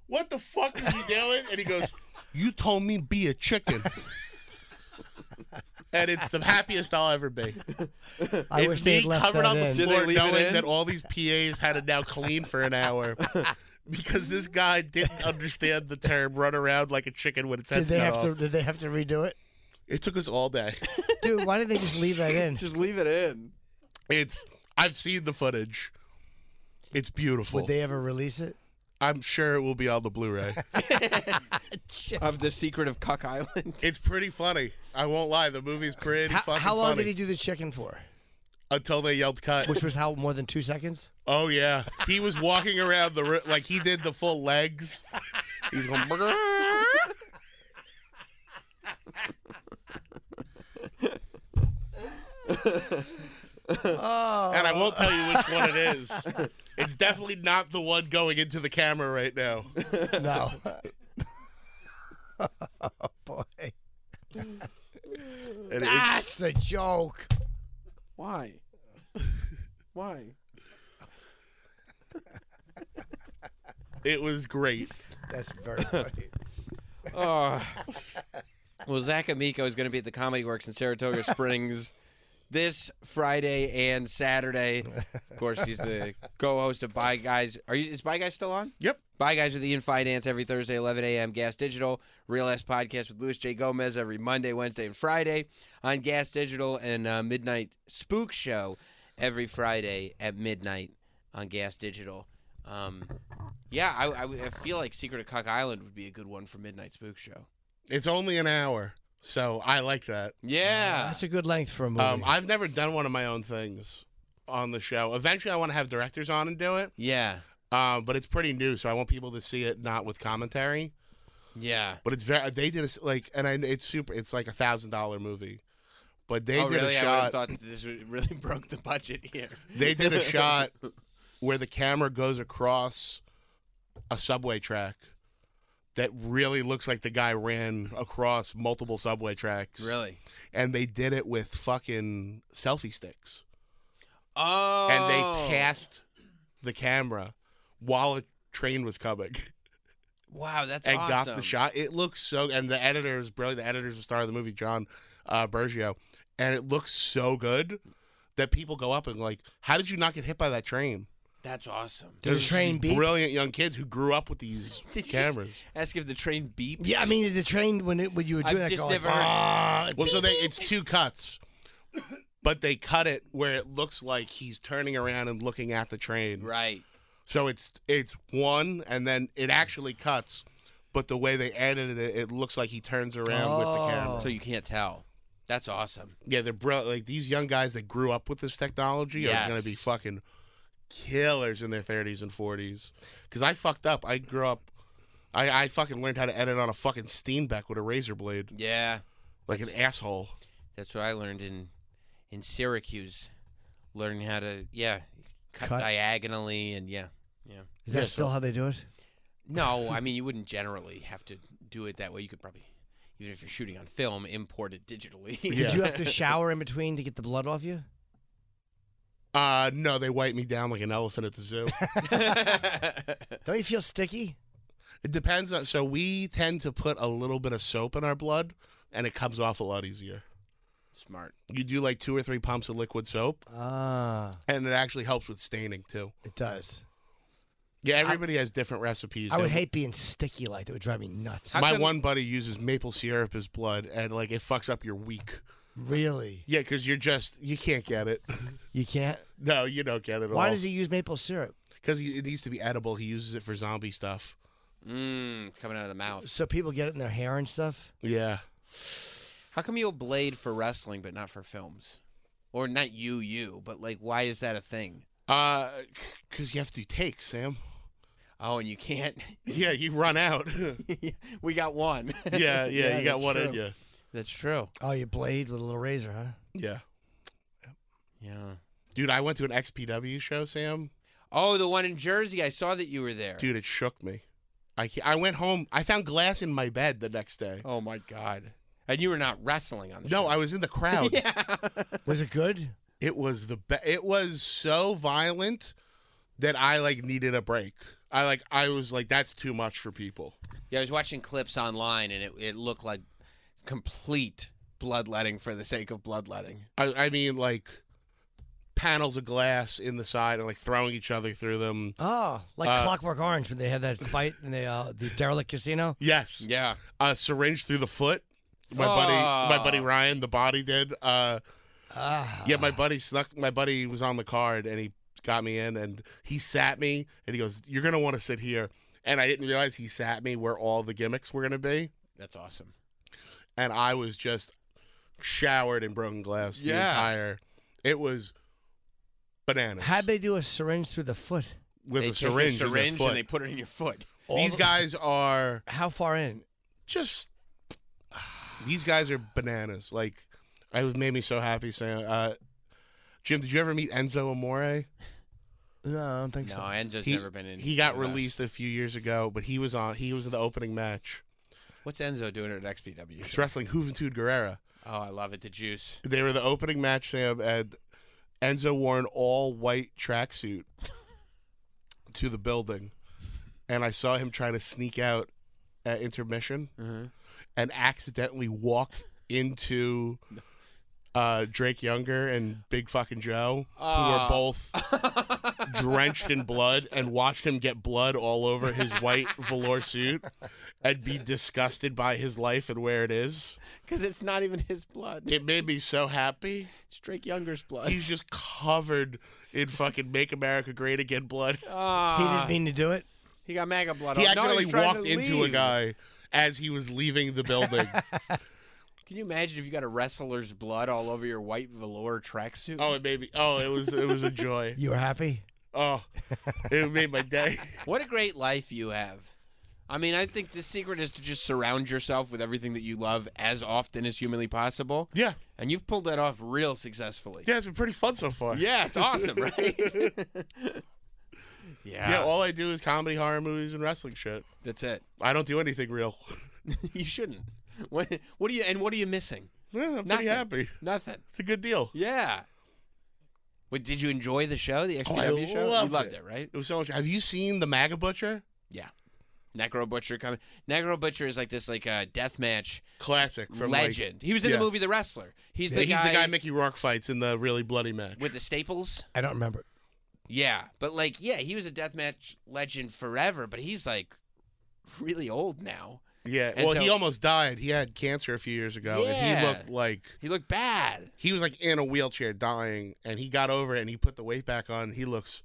What the fuck is he doing? And he goes, You told me be a chicken. And it's the happiest I'll ever be. I it's wish me they had left covered that on in. the Did they floor leave it in? knowing that all these PAs had to now clean for *laughs* an hour because this guy didn't understand the term run around like a chicken when it's Did head they cut have off. to? Did they have to redo it? It took us all day. *laughs* Dude, why did they just leave that in? *laughs* Just leave it in. It's I've seen the footage. It's beautiful. Would they ever release it? I'm sure it will be on *laughs* the Blu-ray. Of the secret of Cuck Island. it's pretty funny. I won't lie. The movie's pretty How, fucking how long funny. did he do the chicken for? Until they yelled cut. Which was how more than two seconds? *laughs* Oh yeah, he was walking around the ri- like he did the full legs. He's going. *laughs* "Brrr." And I won't tell you which one it is. It's definitely not the one going into the camera right now. No. oh, boy. And it's- *laughs* That's the joke. Why? Why? it was great. That's *laughs* very funny. Oh. well, Zach Amico is going to be at the Comedy Works in Saratoga Springs this Friday and Saturday. Of course, he's the co-host of Bye Guys. Are you? Is Bye Guys still on? Yep. Bye Guys with Ian Finance every Thursday, 11 a.m. Gas Digital. Real S Podcast with Luis J. Gomez every Monday, Wednesday, and Friday on Gas Digital and uh, Midnight Spook Show every Friday at midnight on Gas Digital. Um, yeah, I, I, I feel like Secret of Cock Island would be a good one for Midnight Spook Show. It's only an hour, so I like that. Yeah. That's a good length for a movie. Um, I've never done one of my own things on the show. Eventually, I want to have directors on and do it, Yeah. uh, but it's pretty new, so I want people to see it not with commentary. Yeah. But it's very they did a s like, and I, it's super. It's like a thousand dollar movie, but they oh, did really? a I would have shot. thought that this would- *laughs* really broke the budget here. They *laughs* did a shot where the camera goes across a subway track that really looks like the guy ran across multiple subway tracks. Really? and they did it with fucking selfie sticks. Oh. And they passed the camera while a train was coming Wow, that's *laughs* and awesome. got the shot. It looks so, and the editor is brilliant. The editor is the star of the movie, John uh, Bergio, and it looks so good that people go up and like, how did you not get hit by that train? That's awesome. Did the There's train these beep? brilliant young kids who grew up *laughs* with these Did you just cameras. Ask if the train beeps. yeah, I mean the train when it when you were doing that. I've just going, "Ah." never. uh, Well, so they it's two cuts, but they cut it where it looks like he's turning around and looking at the train. Right. So it's it's one, and then it actually cuts, but the way they edited it, it looks like he turns around with the camera. So you can't tell. That's awesome. Yeah, they're bro- like these young guys that grew up with this technology are going to be Yes. fucking killers in their thirties and forties. Because I fucked up. I grew up. I, I fucking learned how to edit on a fucking Steenbeck with a razor blade, Yeah. like an asshole. That's what I learned in in Syracuse, learning how to yeah cut, Cut. diagonally and yeah. Is that Yeah, so- still how they do *laughs* it? No, I mean you wouldn't generally have to do it that way. You could probably, even if you're shooting on film, import it *laughs* digitally. Yeah. Did you have to shower in between to get the blood off *laughs* you? Uh, no, they wipe me down like an elephant at the zoo. Don't you feel sticky? it depends on. So we tend to put a little bit of soap in our blood, and it comes off a lot easier. *laughs* Smart. You do like two or three pumps of liquid soap, Ah, and it actually helps with staining too. it does. Yeah, everybody has different recipes. I would and hate being sticky like that. Would drive me nuts. How My come- one buddy uses maple syrup as blood, and like it fucks up your week. Really, Yeah, because you're just you can't get it. *laughs* you can't. no, you don't get it. Why does he use maple syrup? Because it needs to be edible. He uses it for zombie stuff. Mmm, it's coming out of the mouth. So people get it in their hair and stuff. Yeah, How come you'll blade for wrestling but not for films, or not you you? But like, why is that a thing? because Uh, you have to do takes, Sam. Oh, and you *laughs* can't. *laughs* Yeah, you run out. *laughs* yeah, we got one. *laughs* yeah, Yeah, you got that's one in true. you. *laughs* That's true. Oh, you blade with a little razor, huh? Yeah, Yeah. dude, I went to an XPW show, Sam. Oh, the one in Jersey. I saw that you were there. Dude, it shook me. I ca- I went home. I found glass in my bed the next day. Oh my god. And you were not wrestling on the No, show. I was in *laughs* the crowd. *laughs* Was it good? It was the be- it was so violent that I like needed a break. I like I was like that's too much for people. Yeah, I was watching clips online and it, it looked like complete bloodletting for the sake of bloodletting. I I mean like panels of glass in the side and like throwing each other through them. Oh, like Uh, Clockwork Orange when they had that fight in the uh, the derelict casino. Yes. Yeah. A syringe through the foot. My buddy my Aw. buddy Ryan the body did. Uh Ah, yeah, Uh, my buddy snuck my buddy was on the card and he got me in and he sat me and he goes you're going to want to sit here. And I didn't realize he sat me where all the gimmicks were going to be. That's awesome. and I was just showered in broken glass. The Yeah. entire it was bananas. how'd they do a syringe through the foot? with they a take your syringe, in their syringe foot. and they put it in your foot. These *laughs* guys are How far in? *sighs* just. These guys are bananas. Like, I was made me so happy. Saying, uh, Jim, did you ever meet Enzo Amore? No, I don't think No, so. Enzo's He- never been in. He got with us. released a few years ago, but he was on. He was in the opening match. What's Enzo doing at XPW? He's wrestling Juventud Guerrera. Oh, I love it. The juice. They were the opening match, Sam, and Enzo wore an all white tracksuit to the building. And I saw him trying to sneak out at intermission and accidentally walk *laughs* into uh, Drake Younger and Big Fucking Joe, who were Ah. *laughs* both *laughs* drenched in blood, and watched him get blood all over his white velour suit. I'd be disgusted by his life and where it is. because it's not even his blood. It made me so happy. It's Drake Younger's blood. He's just covered in fucking "Make America Great Again" blood. Ah, He Uh, didn't mean to do it. he got MAGA blood. he on. No, accidentally he's trying to walked into a leave. guy as he was leaving *laughs* the building. Can you imagine if you got a wrestler's blood all over your white velour tracksuit? oh, it made me. Oh, it was it was a joy. You were happy. Oh, it made my day. What a great life you have. I mean, I think the secret is to just surround yourself with everything that you love as often as humanly possible. *laughs* Yeah, And you've pulled that off real successfully. yeah, it's been pretty fun so far. Yeah, it's awesome, *laughs* right? yeah. yeah. All I do is comedy, horror movies, and wrestling shit. that's it. *laughs* I don't do anything real. *laughs* you shouldn't. What, what are you and what are you missing? Yeah, I'm pretty Nothing. happy. Nothing. It's a good deal. Yeah. What did you enjoy the show, the Oh, I XPW show? loved you loved it. it, right? It was so much. Have you seen the MAGA Butcher? Yeah. Necro Butcher coming. Necro Butcher is like this like uh, death match Classic from like- legend. he was in yeah. the movie The Wrestler. He's the he's guy, the guy Mickey Rourke fights in the really bloody match. with the staples. I don't remember. Yeah, but like, yeah, he was a deathmatch legend forever, but he's like really old now. yeah, and well, he so- almost died. He had cancer a few years ago, and he Yeah. looked like He looked bad. he was like in a wheelchair dying, and he got over it and he put the weight back on. He looks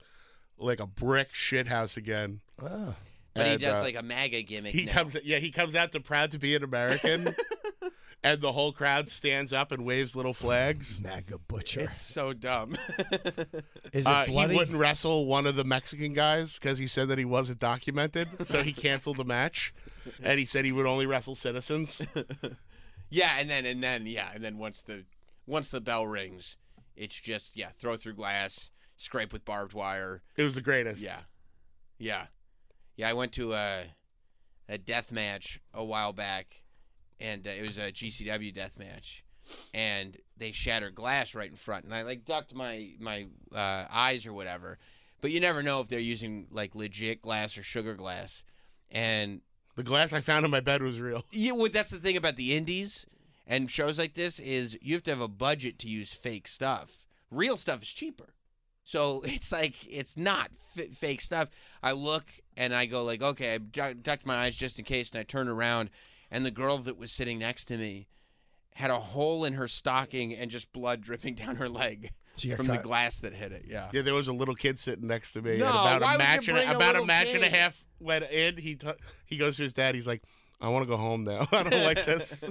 like a brick shithouse again. Oh. But And, he does uh, like a MAGA gimmick He now. comes, yeah, he comes out to proud to be an American, *laughs* and the whole crowd stands up and waves little flags. MAGA butcher. it's so dumb. *laughs* Is it Uh, he bloody? wouldn't wrestle one of the Mexican guys because he said that he wasn't documented, so he canceled the match, and he said he would only wrestle citizens. yeah, and then and then yeah, and then once the once the bell rings, it's just yeah, throw through glass, scrape with barbed wire. It was the greatest. Yeah. Yeah. Yeah, I went to a a death match a while back and uh, it was a GCW death match and they shattered glass right in front and I like ducked my my uh, eyes or whatever. But you never know if they're using like legit glass or sugar glass. And The glass I found in my bed was real. yeah, well, that's the thing about the indies and shows like this is you have to have a budget to use fake stuff. Real stuff is cheaper, so *laughs* it's like it's not f- fake stuff. I look and I go like, okay, I du- ducked my eyes just in case, and I turn around, and the girl that was sitting next to me had a hole in her stocking and just blood dripping *laughs* down her leg So you got from the caught. glass that hit it. Yeah. Yeah, there was a little kid sitting next to me. No, and about why a would you match bring and a a, about a little match and a kid? half went in. He t- he goes to his dad. He's like, "I want to go home now. *laughs* I don't like *laughs* this."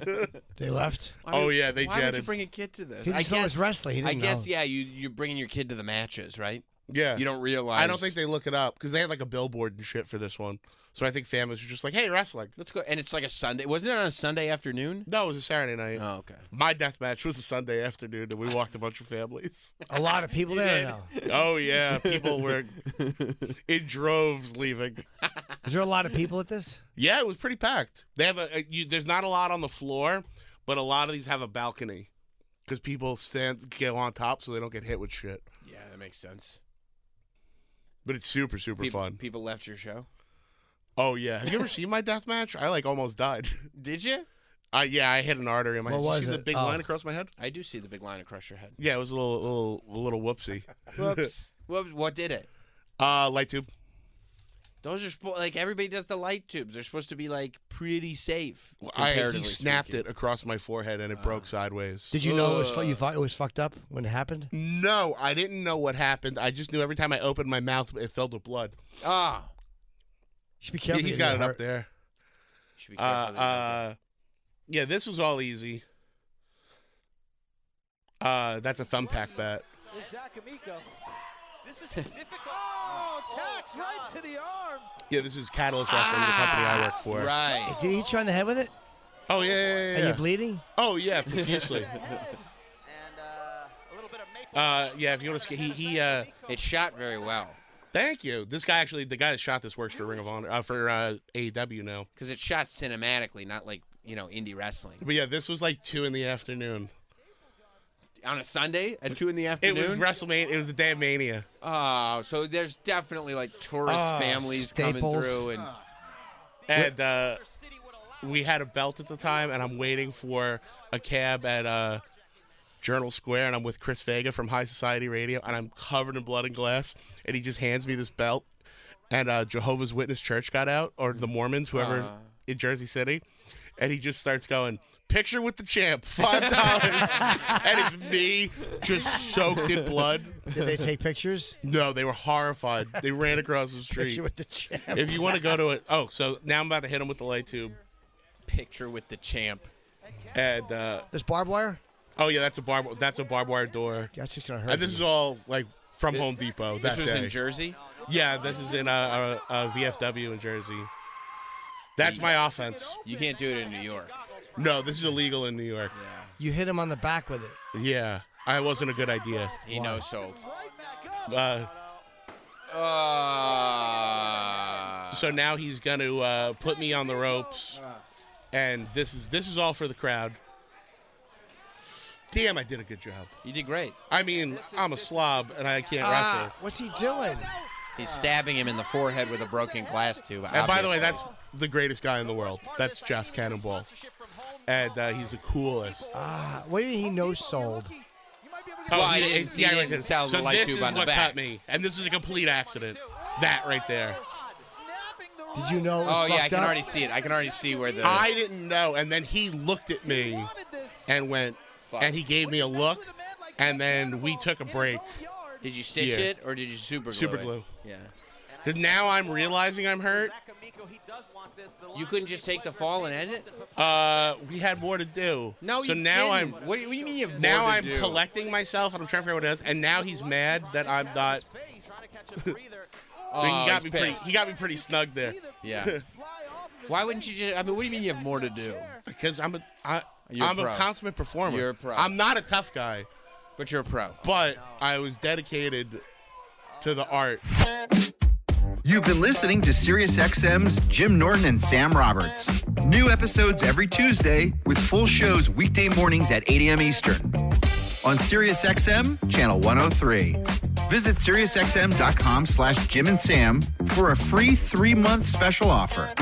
They left. Why Oh, would- yeah, they Why would you jetted. bring a kid to this? He I just saw guess. us wrestling. He I didn't guess know. yeah. You you're bringing your kid to the matches, right? yeah, You don't realize. I don't think they look it up because they had like a billboard and shit for this one. So I think families were just like, "Hey, wrestling." Let's go. And it's like a Sunday. Wasn't it on a Sunday afternoon? No, it was a Saturday night. Oh, *laughs* okay. My death match was a Sunday afternoon, and we walked a bunch of families. *laughs* A lot of people there now. oh yeah, people were in droves leaving. Is there a lot of people at this? Yeah, it was pretty packed. They have a, a you, there's not a lot on the floor, but a lot of these have a balcony because people stand go on top so they don't get hit with shit. Yeah, that makes sense. But it's super super People, fun. People left your show. oh yeah, have you ever seen my death match? I like almost died. *laughs* Did you? I yeah, I hit an artery in my. What head. Did was you see the it? big Oh. line across my head? I do see the big line across *laughs* your head. Yeah, it was a little little a little whoopsie. Whoops. what, what did it? Uh, light tube. Those are spo- like everybody does the light tubes. They're supposed to be like pretty safe. I he comparatively snapped speaking. Uh, it across my forehead and it broke sideways. Did you know it Uh. was, fu- you thought it was fucked up when it happened? No, I didn't know what happened. I just knew every time I opened my mouth, it filled with blood. Ah, should be careful. he's you get got it up hurt. there. should be Uh, careful. that you don't uh, yeah, this was all easy. Uh, that's a thumbtack bat. Yeah, this is Catalyst Wrestling, the company I work get- for. right. Did he hit you on the head with it? Oh yeah, yeah, yeah, And yeah. you're bleeding? oh *laughs* yeah, profusely. And uh, a little bit of make. uh, yeah, if you want to, sk- he he. Uh, It shot very well thank you. This guy actually, the guy that shot this works for Ring of Honor uh, for uh, AEW now. because it shot cinematically, not like you know indie wrestling But yeah, this was like two in the afternoon. on a Sunday at two in the It afternoon. was WrestleMania. It was the day of Mania. Oh, so there's definitely like tourist Ah, Oh, families coming Staples. through, and and uh, we had a belt at the time, and I'm waiting for a cab at uh, Journal Square, and I'm with Chris Vega from High Society Radio, and I'm covered in blood and glass, and he just hands me this belt, and uh, Jehovah's Witness Church got out, or the Mormons, whoever in Jersey City, and he just starts going, "Picture with the champ, *laughs* five dollars," and it's me just soaked in blood. Did they take *laughs* pictures? No, they were horrified. They ran across the street. Picture with the champ. If you want to go to it, oh, so now I'm about to hit him with the light tube, Picture with the champ. and uh, This barbed wire? oh yeah, that's a bar, that's a barbed wire door, That's just gonna hurt. and Uh, this you. is all like from Home Depot. That This was day. in Jersey. Yeah, this is in uh, uh, uh, VFW in Jersey. That's my offense. You can't do it in New York. No, this is illegal in New York. you hit him on the back with it. Yeah, I wasn't a good idea. He no sold. Uh, Uh, so now he's going to uh, put me on the ropes, and this is this is all for the crowd. Damn, I did a good job. you did great. I mean, I'm a slob and I can't wrestle. Ah. Ah, What's he doing? He's stabbing him in the forehead with a broken glass tube. And by the way, obviously. that's the greatest guy in the world. That's Jeff Cannonball, and uh, he's the coolest. Uh, what did he know sold? Oh, Well, I yeah, didn't it's- see yeah, it right there. sound so like this tube is on the what back. cut me, and this is a complete accident. That right there. Did you know? it Oh was yeah, I fucked can up? already see it. I can already see where the I didn't know, and then he looked at me and went, Fuck. and he gave me a look, and then we took a break. Did you stitch Yeah. it or did you super glue Super it? glue. Yeah. Because now I'm realizing I'm hurt. You couldn't just take the fall and end it? Uh, we had more to do. No, so you now didn't. I'm What do you, what do you mean you have now more to I'm do? collecting myself, and I'm trying to figure out what it is. And now he's mad that I'm *laughs* not. So he Oh, got he's me pretty. pissed. He got me pretty snug *laughs* there. Yeah. Why wouldn't you just? I mean, what do you mean you have more to do? Because I'm a I, You're a I'm a pro. consummate performer. You're a pro. I'm not a tough guy. But you're a pro. but I was dedicated to the art. You've been listening to SiriusXM's Jim Norton and Sam Roberts. New episodes every Tuesday with full shows weekday mornings at 8 a.m. Eastern on SiriusXM channel 103. Visit SiriusXM.com slash Jim and Sam for a free three-month special offer.